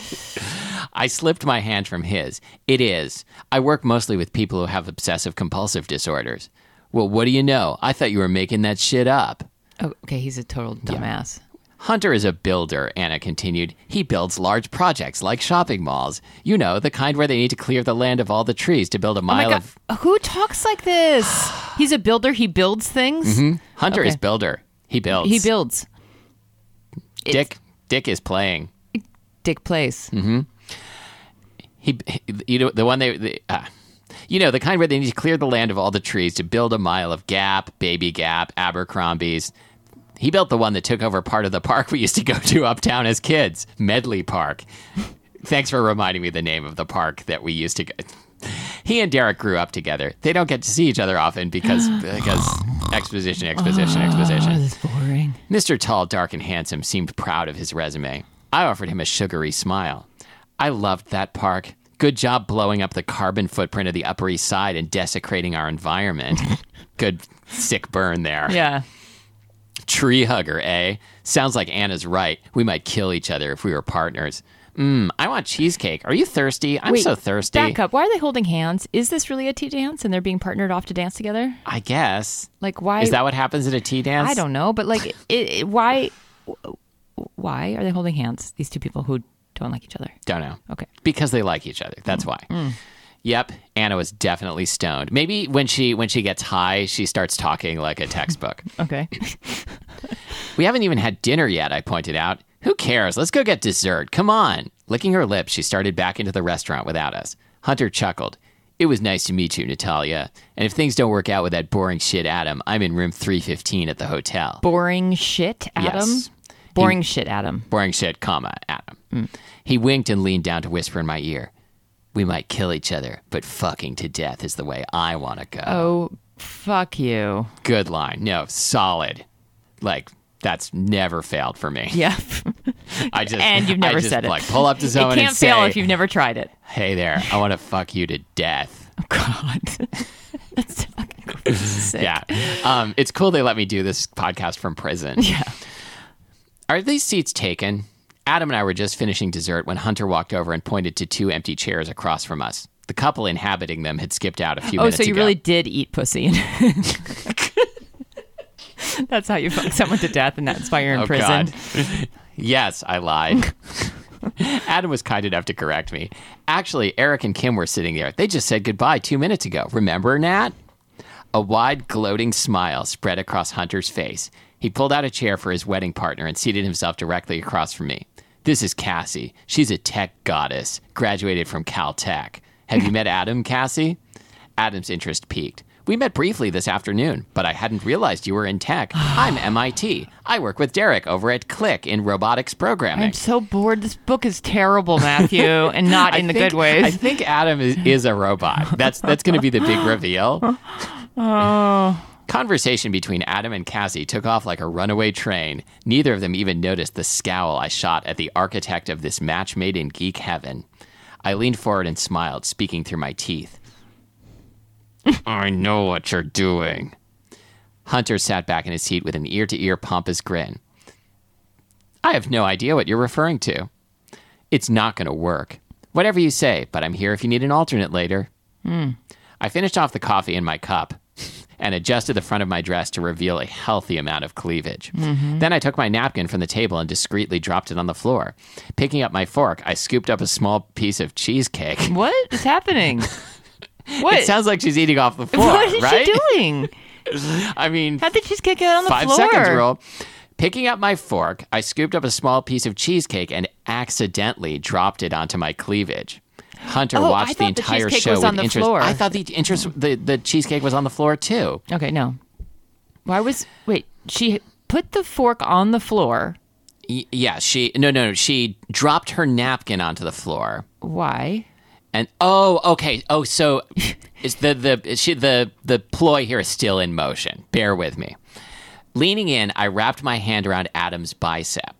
[SPEAKER 1] I slipped my hand from his. It is. I work mostly with people who have obsessive compulsive disorders. Well, what do you know? I thought you were making that shit up.
[SPEAKER 2] Oh, okay, he's a total dumbass.
[SPEAKER 1] Hunter is a builder, Anna continued. He builds large projects like shopping malls. You know, the kind where they need to clear the land of all the trees to build a
[SPEAKER 2] Oh my
[SPEAKER 1] mile
[SPEAKER 2] God,
[SPEAKER 1] of.
[SPEAKER 2] who talks
[SPEAKER 1] <sighs>
[SPEAKER 2] like this? He's a builder. He builds things.
[SPEAKER 1] Mm-hmm. Hunter is
[SPEAKER 2] Okay.
[SPEAKER 1] builder. He builds.
[SPEAKER 2] He builds.
[SPEAKER 1] Dick. Dick is playing.
[SPEAKER 2] Dick plays.
[SPEAKER 1] He, you know, the one they, the, uh, You know, the kind where they need to clear the land of all the trees to build a mile of Gap, Baby Gap, Abercrombie's. He built the one that took over part of the park we used to go to uptown as kids, Medley Park. Thanks for reminding me the name of the park that we used to go. He and Derek grew up together. They don't get to see each other often because because exposition, exposition, exposition.
[SPEAKER 2] Oh, that's boring.
[SPEAKER 1] Mr. Tall, Dark, and Handsome seemed proud of his resume. I offered him a sugary smile. I loved that park. Good job blowing up the carbon footprint of the Upper East Side and desecrating our
[SPEAKER 2] <laughs>
[SPEAKER 1] environment. Good sick burn there.
[SPEAKER 2] Yeah.
[SPEAKER 1] Tree hugger, eh? Sounds like Anna's right. We might kill each other if we were partners. Mmm, I want cheesecake. Are you thirsty? I'm
[SPEAKER 2] Wait,
[SPEAKER 1] so thirsty.
[SPEAKER 2] <laughs> Back up. Why are they holding hands? Is this really a tea dance and they're being partnered off to dance together?
[SPEAKER 1] I guess.
[SPEAKER 2] Like, why?
[SPEAKER 1] Is that what happens at a tea dance?
[SPEAKER 2] I don't know, but like, <laughs> it, it, why? Why are they holding hands? These two people who don't like each other.
[SPEAKER 1] Don't know.
[SPEAKER 2] Okay.
[SPEAKER 1] Because they like each other. That's why. Yep, Anna was definitely stoned. Maybe when she when she gets high, she starts talking like a textbook.
[SPEAKER 2] Okay.
[SPEAKER 1] we haven't even had dinner yet, I pointed out. Who cares? Let's go get dessert. Come on. Licking her lips, she started back into the restaurant without us. Hunter chuckled. It was nice to meet you, Natalia. And if things don't work out with that boring shit Adam, I'm in room 315 at the hotel.
[SPEAKER 2] <laughs> Boring shit, Adam.
[SPEAKER 1] Yes.
[SPEAKER 2] Boring shit, Adam.
[SPEAKER 1] boring shit, comma, Adam.
[SPEAKER 2] Hmm.
[SPEAKER 1] He winked and leaned down to whisper in my ear. We might kill each other, but fucking to death is the way I want to go.
[SPEAKER 2] Oh, fuck you.
[SPEAKER 1] Good line. No, solid. Like that's never failed for
[SPEAKER 2] <laughs>
[SPEAKER 1] me.
[SPEAKER 2] Yeah.
[SPEAKER 1] I just
[SPEAKER 2] And you've
[SPEAKER 1] I
[SPEAKER 2] never
[SPEAKER 1] just,
[SPEAKER 2] said it.
[SPEAKER 1] Like pull up to
[SPEAKER 2] <laughs> it
[SPEAKER 1] someone
[SPEAKER 2] can't
[SPEAKER 1] and say,
[SPEAKER 2] fail if you've never tried it.
[SPEAKER 1] "Hey there, I want to fuck you to death."
[SPEAKER 2] <laughs> God. That's fucking sick.
[SPEAKER 1] Yeah. Um, it's cool they let me do this podcast from prison.
[SPEAKER 2] Yeah.
[SPEAKER 1] Are these seats taken? Adam and I were just finishing dessert when Hunter walked over and pointed to two empty chairs across from us. The couple inhabiting them had skipped out a few
[SPEAKER 2] Oh,
[SPEAKER 1] minutes
[SPEAKER 2] so you
[SPEAKER 1] ago.
[SPEAKER 2] really did eat pussy. <laughs> That's how you fuck someone to death, and that's why you're in
[SPEAKER 1] Oh,
[SPEAKER 2] prison.
[SPEAKER 1] God. <laughs> yes, I
[SPEAKER 2] <laughs>
[SPEAKER 1] lied. Adam was kind enough to correct me. Actually, Eric and Kim were sitting there. They just said goodbye two minutes ago. Remember, Nat? A wide, gloating smile spread across Hunter's face. He pulled out a chair for his wedding partner and seated himself directly across from me. This is Cassie. She's a tech goddess, graduated from Caltech. Have you met Adam, Cassie? Adam's interest peaked. We met briefly this afternoon, but I hadn't realized you were in tech. I'm MIT. I work with Derek over at Click in robotics programming.
[SPEAKER 2] I'm so bored. This book is terrible, Matthew, and not in the
[SPEAKER 1] think-
[SPEAKER 2] good ways.
[SPEAKER 1] <laughs> I think Adam is, is a robot. That's that's going to be the
[SPEAKER 2] <laughs>
[SPEAKER 1] big reveal. Oh.
[SPEAKER 2] Oh.
[SPEAKER 1] Conversation between Adam and Cassie took off like a runaway train. Neither of them even noticed the scowl I shot at the architect of this match made in geek heaven. I leaned forward and smiled, speaking through my
[SPEAKER 2] <laughs>
[SPEAKER 1] teeth. I know what you're doing. Hunter sat back in his seat with an ear to ear pompous grin. I have no idea what you're referring to. It's not going to work. Whatever you say, but I'm here if you need an alternate later.
[SPEAKER 2] Hmm.
[SPEAKER 1] I finished off the coffee in my cup <laughs> and adjusted the front of my dress to reveal a healthy amount of cleavage.
[SPEAKER 2] Mm-hmm.
[SPEAKER 1] Then I took my napkin from the table and discreetly dropped it on the floor. Picking up my fork, I scooped up a small piece of cheesecake.
[SPEAKER 2] what is happening? What?
[SPEAKER 1] <laughs> It sounds like she's eating off the floor,
[SPEAKER 2] what is
[SPEAKER 1] right?
[SPEAKER 2] she doing?
[SPEAKER 1] I mean,
[SPEAKER 2] How did she get it on the
[SPEAKER 1] five
[SPEAKER 2] floor?
[SPEAKER 1] seconds rule. Picking up my fork, I scooped up a small piece of cheesecake and accidentally dropped it onto my cleavage. Hunter
[SPEAKER 2] Oh, I
[SPEAKER 1] watched the
[SPEAKER 2] thought the
[SPEAKER 1] entire
[SPEAKER 2] cheesecake
[SPEAKER 1] show
[SPEAKER 2] was
[SPEAKER 1] with
[SPEAKER 2] on the
[SPEAKER 1] interest.
[SPEAKER 2] floor.
[SPEAKER 1] I thought the interest the, the cheesecake was on the floor too.
[SPEAKER 2] Okay, no. Why was wait? She put the fork on the floor.
[SPEAKER 1] Y- yeah, she no no no, she dropped her napkin onto the floor.
[SPEAKER 2] Why?
[SPEAKER 1] And oh, okay. Oh, so <laughs> it's the the she, the the ploy here is still in motion. Bear with me. Leaning in, I wrapped my hand around Adam's bicep.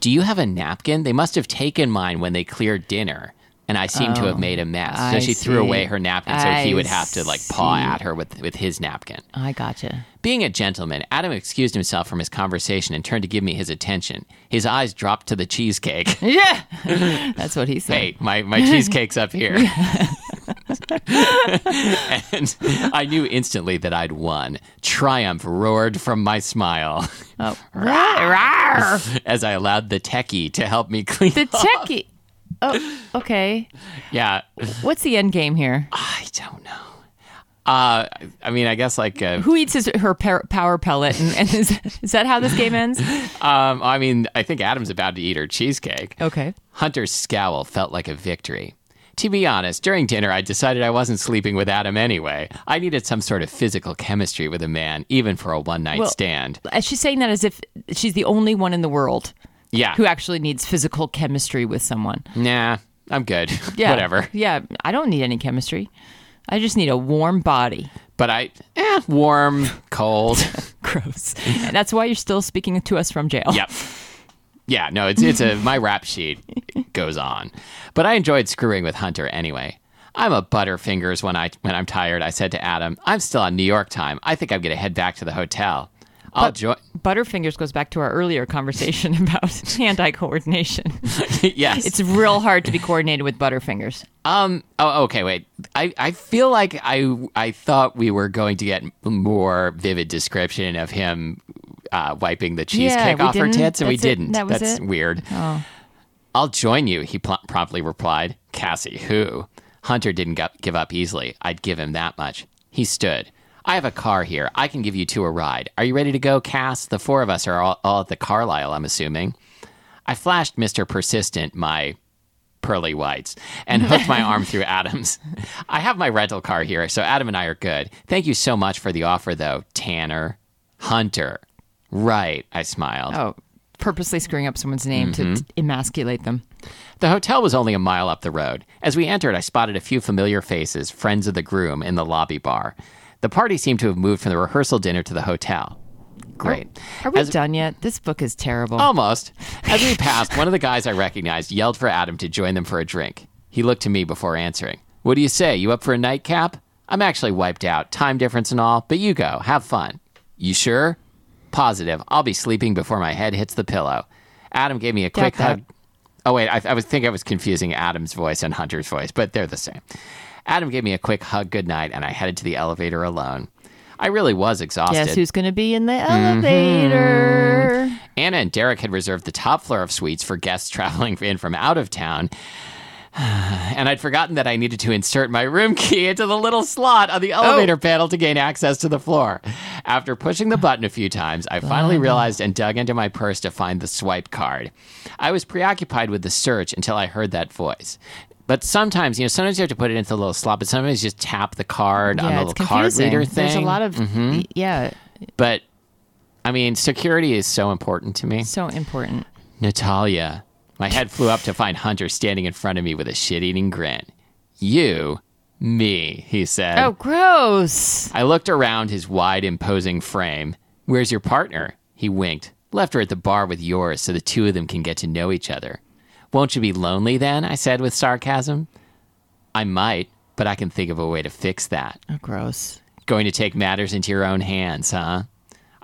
[SPEAKER 1] Do you have a napkin? They must have taken mine when they cleared dinner, and I seem to have made a mess. So
[SPEAKER 2] Oh, I
[SPEAKER 1] she threw
[SPEAKER 2] see.
[SPEAKER 1] away her napkin, so he
[SPEAKER 2] I
[SPEAKER 1] would have to like paw at her with with his napkin.
[SPEAKER 2] I gotcha.
[SPEAKER 1] Being a gentleman, Adam excused himself from his conversation and turned to give me his attention. His eyes dropped to the cheesecake. <laughs>
[SPEAKER 2] Yeah, that's what he said.
[SPEAKER 1] hey, my, my cheesecake's up here. <laughs> and I knew instantly that I'd won. Triumph roared from my smile <laughs>
[SPEAKER 2] Oh. Rawr, rawr.
[SPEAKER 1] as I allowed the techie to help me clean.
[SPEAKER 2] <laughs> the techie. Oh, okay.
[SPEAKER 1] yeah,
[SPEAKER 2] What's the end game here?
[SPEAKER 1] I don't know. Uh, I mean, I guess like, uh,
[SPEAKER 2] Who eats his, her par- power pellet? And, and is, is that how this game ends?
[SPEAKER 1] um, I
[SPEAKER 2] Oh.
[SPEAKER 1] mean, I think Adam's about to eat her cheesecake.
[SPEAKER 2] Okay.
[SPEAKER 1] Hunter's scowl felt like a victory. To be honest, during dinner, I decided I wasn't sleeping with Adam anyway. I needed some sort of physical chemistry with a man, even for a one night
[SPEAKER 2] Well-
[SPEAKER 1] stand.
[SPEAKER 2] As Uh, she's saying that as if she's the only one in the world
[SPEAKER 1] Yeah.
[SPEAKER 2] who actually needs physical chemistry with someone.
[SPEAKER 1] nah, I'm good. <laughs>
[SPEAKER 2] Yeah.
[SPEAKER 1] Whatever.
[SPEAKER 2] Yeah. I don't need any chemistry. I just need a warm body. <laughs>
[SPEAKER 1] But I, eh, warm, cold.
[SPEAKER 2] Gross. And that's why you're still speaking to us from jail.
[SPEAKER 1] Yep. Yeah, no, it's it's a my rap sheet goes on. But I enjoyed screwing with Hunter anyway. I'm a butterfingers when I when I'm tired. I said to Adam, "I'm still on New York time. I think I'm going to head back to the hotel. I'll join." <laughs>
[SPEAKER 2] Butterfingers goes back to our earlier conversation <laughs> about hand-eye coordination.
[SPEAKER 1] yes.
[SPEAKER 2] It's real hard to be coordinated with Butterfingers.
[SPEAKER 1] um oh okay, wait. I I feel like I I thought we were going to get more vivid description of him uh, wiping the cheesecake
[SPEAKER 2] we
[SPEAKER 1] off her
[SPEAKER 2] didn't.
[SPEAKER 1] tits and we
[SPEAKER 2] That's it.
[SPEAKER 1] didn't.
[SPEAKER 2] That was
[SPEAKER 1] That's
[SPEAKER 2] it? Oh.
[SPEAKER 1] weird. I'll join you, he pl- promptly replied. Cassie, who? Hunter didn't gu- give up easily. I'd give him that much. He stood. I have a car here. I can give you two a ride. Are you ready to go, Cass? The four of us are all, all at the Carlisle, I'm assuming. I flashed Mr. Persistent my pearly whites and hooked my arm through Adam's. I have my rental car here, so Adam and I are good. Thank you so much for the offer, though, Tanner. Hunter. Right, I smiled.
[SPEAKER 2] Oh, purposely screwing up someone's name
[SPEAKER 1] Mm-hmm.
[SPEAKER 2] to t- emasculate them.
[SPEAKER 1] The hotel was only a mile up the road. As we entered, I spotted a few familiar faces, friends of the groom, in the lobby bar. The party seemed to have moved from the rehearsal dinner to the hotel. Great.
[SPEAKER 2] Are we
[SPEAKER 1] As-
[SPEAKER 2] done yet? Uh, This book is terrible.
[SPEAKER 1] Oh, Almost. As we passed, one of the guys I recognized yelled for Adam to join them for a drink. He looked to me before answering. What do you say? You up for a nightcap? I'm actually wiped out, time difference and all, but you go. Have fun. You sure? Positive. I'll be sleeping before my head hits the pillow. Adam gave me a quick
[SPEAKER 2] that.
[SPEAKER 1] hug. Oh, wait, I, I was think I was confusing Adam's voice and Hunter's voice, but they're the same. Adam gave me a quick hug goodnight, and I headed to the elevator alone. I really was exhausted.
[SPEAKER 2] Guess who's going to be in
[SPEAKER 1] Mm-hmm.
[SPEAKER 2] the elevator?
[SPEAKER 1] Anna and Derek had reserved the top floor of suites for guests traveling in from out of town. <sighs> And I'd forgotten that I needed to insert my room key into the little slot on
[SPEAKER 2] Oh.
[SPEAKER 1] the elevator panel to gain access to the floor. After pushing the button a few times, I finally
[SPEAKER 2] Uh-huh.
[SPEAKER 1] realized and dug into my purse to find the swipe card. I was preoccupied with the search until I heard that voice. But sometimes, you know, sometimes you have to put it into the little slot, but sometimes you just tap the card on the
[SPEAKER 2] Yeah,
[SPEAKER 1] little
[SPEAKER 2] it's
[SPEAKER 1] card
[SPEAKER 2] confusing.
[SPEAKER 1] reader thing. Mm-hmm.
[SPEAKER 2] There's a lot of yeah,
[SPEAKER 1] but I mean, security is so important to me.
[SPEAKER 2] so important.
[SPEAKER 1] Natalia. My head flew up to find Hunter standing in front of me with a shit eating grin. You, me, he said.
[SPEAKER 2] Oh, gross.
[SPEAKER 1] I looked around his wide, imposing frame. Where's your partner? He winked. Left her at the bar with yours so the two of them can get to know each other. Won't you be lonely then? I said with sarcasm. I might, but I can think of a way to fix that.
[SPEAKER 2] Oh, gross.
[SPEAKER 1] Going to take matters into your own hands, huh?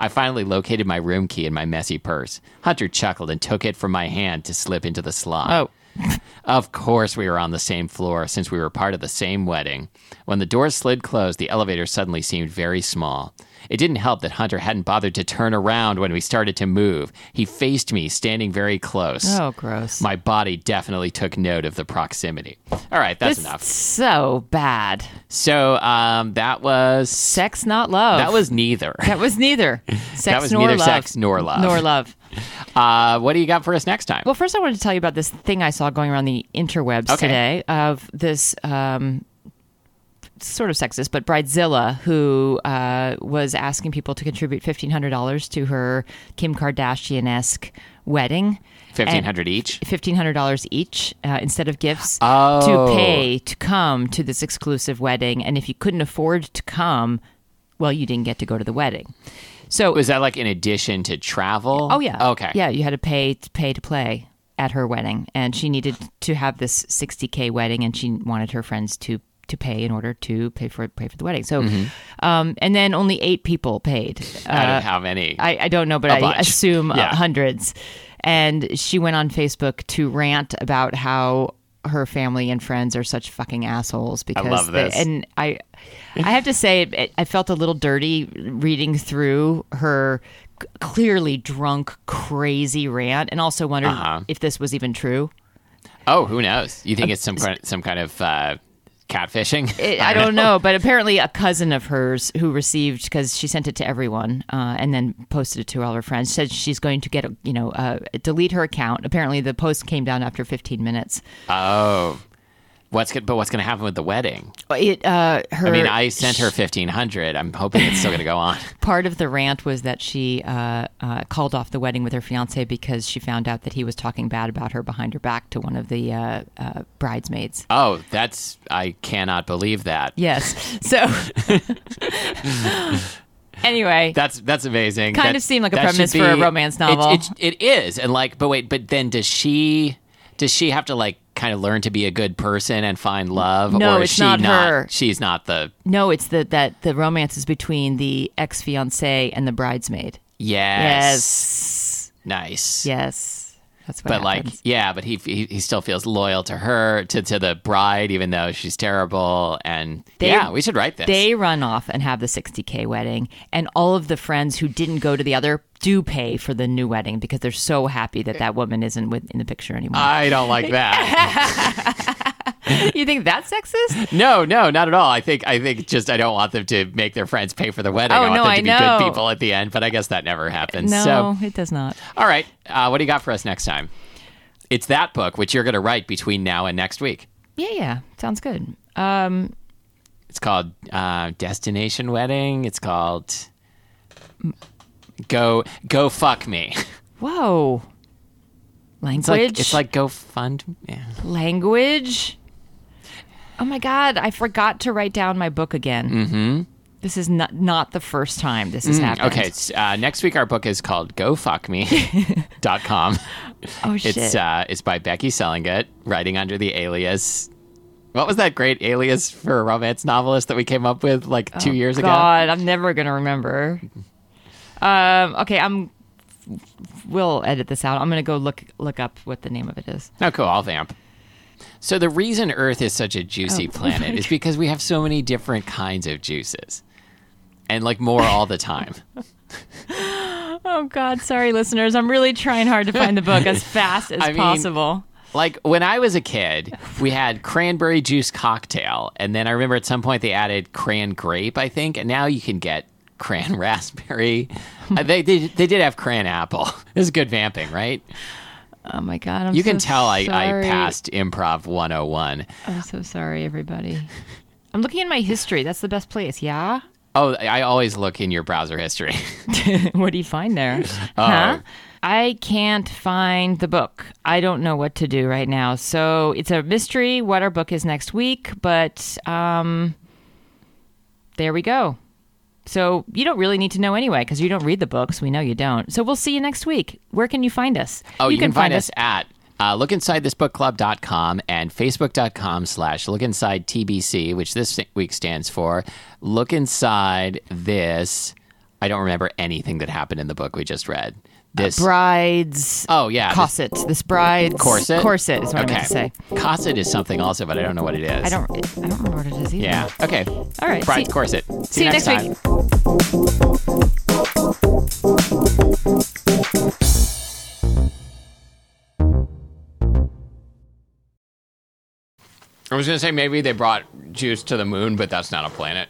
[SPEAKER 1] I finally located my room key in my messy purse. Hunter chuckled and took it from my hand to slip into the slot.
[SPEAKER 2] Oh,
[SPEAKER 1] Of course, we were on the same floor since we were part of the same wedding. When the door slid closed, the elevator suddenly seemed very small. It didn't help that Hunter hadn't bothered to turn around when we started to move. He faced me, standing very close.
[SPEAKER 2] oh, gross.
[SPEAKER 1] My body definitely took note of the proximity. All right, that's
[SPEAKER 2] It's
[SPEAKER 1] enough.
[SPEAKER 2] so bad.
[SPEAKER 1] So um, that was
[SPEAKER 2] Sex, not love.
[SPEAKER 1] that was
[SPEAKER 2] <laughs>
[SPEAKER 1] neither.
[SPEAKER 2] that
[SPEAKER 1] <laughs>
[SPEAKER 2] was neither sex
[SPEAKER 1] was
[SPEAKER 2] nor
[SPEAKER 1] neither
[SPEAKER 2] love.
[SPEAKER 1] sex nor love.
[SPEAKER 2] Nor love.
[SPEAKER 1] Uh, what do you got for us next time?
[SPEAKER 2] Well, first, I wanted to tell you about this thing I saw going around the interwebs
[SPEAKER 1] Okay.
[SPEAKER 2] today of this um, sort of sexist, but bridezilla who uh, was asking people to contribute fifteen hundred dollars to her Kim Kardashian esque wedding.
[SPEAKER 1] Fifteen hundred each.
[SPEAKER 2] Fifteen hundred dollars each uh, instead of gifts
[SPEAKER 1] Oh.
[SPEAKER 2] to pay to come to this exclusive wedding, and if you couldn't afford to come, well, you didn't get to go to the wedding. So
[SPEAKER 1] Was that like in addition to travel?
[SPEAKER 2] Oh yeah.
[SPEAKER 1] Okay.
[SPEAKER 2] Yeah, you had to pay to pay to play at her wedding, and she needed to have this 60k wedding, and she wanted her friends to to pay in order to pay for pay for the wedding. So, um, and then only eight people paid.
[SPEAKER 1] I
[SPEAKER 2] Uh,
[SPEAKER 1] don't have any.
[SPEAKER 2] I, I don't know, but I
[SPEAKER 1] bunch.
[SPEAKER 2] assume
[SPEAKER 1] Yeah.
[SPEAKER 2] uh, hundreds. And she went on Facebook to rant about how her family and friends are such fucking assholes because
[SPEAKER 1] love
[SPEAKER 2] they-
[SPEAKER 1] this.
[SPEAKER 2] and I I have to say it, it, I felt a little dirty reading through her c- clearly drunk crazy rant and also wondered
[SPEAKER 1] Uh-huh.
[SPEAKER 2] if this was even true.
[SPEAKER 1] oh, who knows? You think it's some kind some kind of uh, catfishing?
[SPEAKER 2] It, I don't know, but apparently a cousin of hers who received because she sent it to everyone uh, and then posted it to all her friends said she's going to get a- you know uh, delete her account. Apparently the post came down after 15 minutes.
[SPEAKER 1] Oh, <laughs> What's go- but what's going to happen with the wedding?
[SPEAKER 2] It uh, her
[SPEAKER 1] I mean, I sent her fifteen hundred. I'm hoping it's still going to go
[SPEAKER 2] <laughs>
[SPEAKER 1] on.
[SPEAKER 2] part of the rant was that she uh, uh, called off the wedding with her fiance because she found out that he was talking bad about her behind her back to one of the uh, uh, bridesmaids.
[SPEAKER 1] Oh, that's I cannot believe that.
[SPEAKER 2] Yes. So <laughs> anyway,
[SPEAKER 1] That's that's amazing.
[SPEAKER 2] Kind
[SPEAKER 1] That-
[SPEAKER 2] of seemed like a
[SPEAKER 1] that should
[SPEAKER 2] premise for a romance
[SPEAKER 1] it-
[SPEAKER 2] novel.
[SPEAKER 1] It, it is, and like, but wait, but then does she does she have to like kind of learn to be a good person and find love?
[SPEAKER 2] No,
[SPEAKER 1] or is
[SPEAKER 2] it's
[SPEAKER 1] she
[SPEAKER 2] not her.
[SPEAKER 1] She's not the
[SPEAKER 2] no, it's the, that the romance is between the ex fiance and the bridesmaid.
[SPEAKER 1] yes,
[SPEAKER 2] Yes.
[SPEAKER 1] nice,
[SPEAKER 2] Yes. That's what
[SPEAKER 1] But like,
[SPEAKER 2] happens.
[SPEAKER 1] yeah, but he, he he still feels loyal to her, to to the bride, even though she's terrible. And
[SPEAKER 2] They-
[SPEAKER 1] yeah, we should write this.
[SPEAKER 2] They run off and have the 60K wedding, and all of the friends who didn't go to the other do pay for the new wedding because they're so happy that that woman isn't with, in the picture anymore.
[SPEAKER 1] I don't like that.
[SPEAKER 2] <laughs>
[SPEAKER 1] Uh,
[SPEAKER 2] you think that's
[SPEAKER 1] <laughs>
[SPEAKER 2] sexist?
[SPEAKER 1] No, no, not at all. I think I think just I don't want them to make their friends pay for the wedding.
[SPEAKER 2] Oh,
[SPEAKER 1] I want them
[SPEAKER 2] no,
[SPEAKER 1] to
[SPEAKER 2] I
[SPEAKER 1] be
[SPEAKER 2] know.
[SPEAKER 1] good people at the end, but I guess that never happens.
[SPEAKER 2] No,
[SPEAKER 1] So,
[SPEAKER 2] it does not.
[SPEAKER 1] all right, uh, what do you got for us next time? It's that book which you're going to write between now and next week.
[SPEAKER 2] Yeah, yeah. Sounds good. Um,
[SPEAKER 1] It's called uh, Destination Wedding. It's called Go Go Fuck Me.
[SPEAKER 2] whoa. Language.
[SPEAKER 1] It's like it's like Go Fund. Yeah.
[SPEAKER 2] language. Oh my God, I forgot to write down my book again. Mm-hmm. This is not, not the first time this has happened.
[SPEAKER 1] Okay, it's, uh, next week our book is called Go Fuck <laughs> Me. dot com.
[SPEAKER 2] Oh, shit.
[SPEAKER 1] It's uh, it's by Becky Selingut, writing under the alias. What was that great alias for a romance novelist that we came up with like two years ago?
[SPEAKER 2] God, I'm never gonna remember. Um, okay, I'm. We'll edit this out. I'm gonna go look look up what the name of it is.
[SPEAKER 1] No, Oh, cool. I'll vamp. So the reason Earth is such a juicy
[SPEAKER 2] Oh, <laughs>
[SPEAKER 1] planet is because we have so many different kinds of juices, and like more all the
[SPEAKER 2] <laughs>
[SPEAKER 1] time.
[SPEAKER 2] Oh God, sorry, <laughs> listeners. I'm really trying hard to find the book
[SPEAKER 1] <laughs>
[SPEAKER 2] as fast as
[SPEAKER 1] I mean-
[SPEAKER 2] possible.
[SPEAKER 1] Like when I was a kid, we had cranberry juice cocktail, and then I remember at some point they added cran grape, I think, and now you can get cran <laughs> raspberry. Uh, they, they they did have cran apple. <laughs> This is good vamping, right?
[SPEAKER 2] Oh my God, I'm.
[SPEAKER 1] You can
[SPEAKER 2] so
[SPEAKER 1] tell I, I
[SPEAKER 2] sorry.
[SPEAKER 1] passed improv 101.
[SPEAKER 2] I'm so sorry, everybody. I'm looking in my history. That's the best place. Yeah.
[SPEAKER 1] Oh, I always look in your browser history. <laughs>
[SPEAKER 2] what do you find there?
[SPEAKER 1] Uh,
[SPEAKER 2] Huh? I can't find the book. I don't know what to do right now. So it's a mystery what our book is next week, but um, there we go. So you don't really need to know anyway because you don't read the books. We know you don't. So we'll see you next week. Where can you find us?
[SPEAKER 1] Oh, you, can, find, us at uh, lookinsidethisbookclub.com and facebook.com slash lookinsidetbc, which this week stands for Look Inside This. I don't remember anything that happened in the book we just read. This.
[SPEAKER 2] brides.
[SPEAKER 1] oh, yeah. this
[SPEAKER 2] corset. This bride's
[SPEAKER 1] corset?
[SPEAKER 2] Corset is what I meant to say.
[SPEAKER 1] Corset is something also, but I don't know what it is.
[SPEAKER 2] I don't. I don't remember what it is either.
[SPEAKER 1] Yeah. Okay.
[SPEAKER 2] All right.
[SPEAKER 1] Bride's
[SPEAKER 2] see-
[SPEAKER 1] corset. See,
[SPEAKER 2] See you next
[SPEAKER 1] time.
[SPEAKER 2] week.
[SPEAKER 1] I was going to say maybe they brought juice to the moon, but that's not a planet.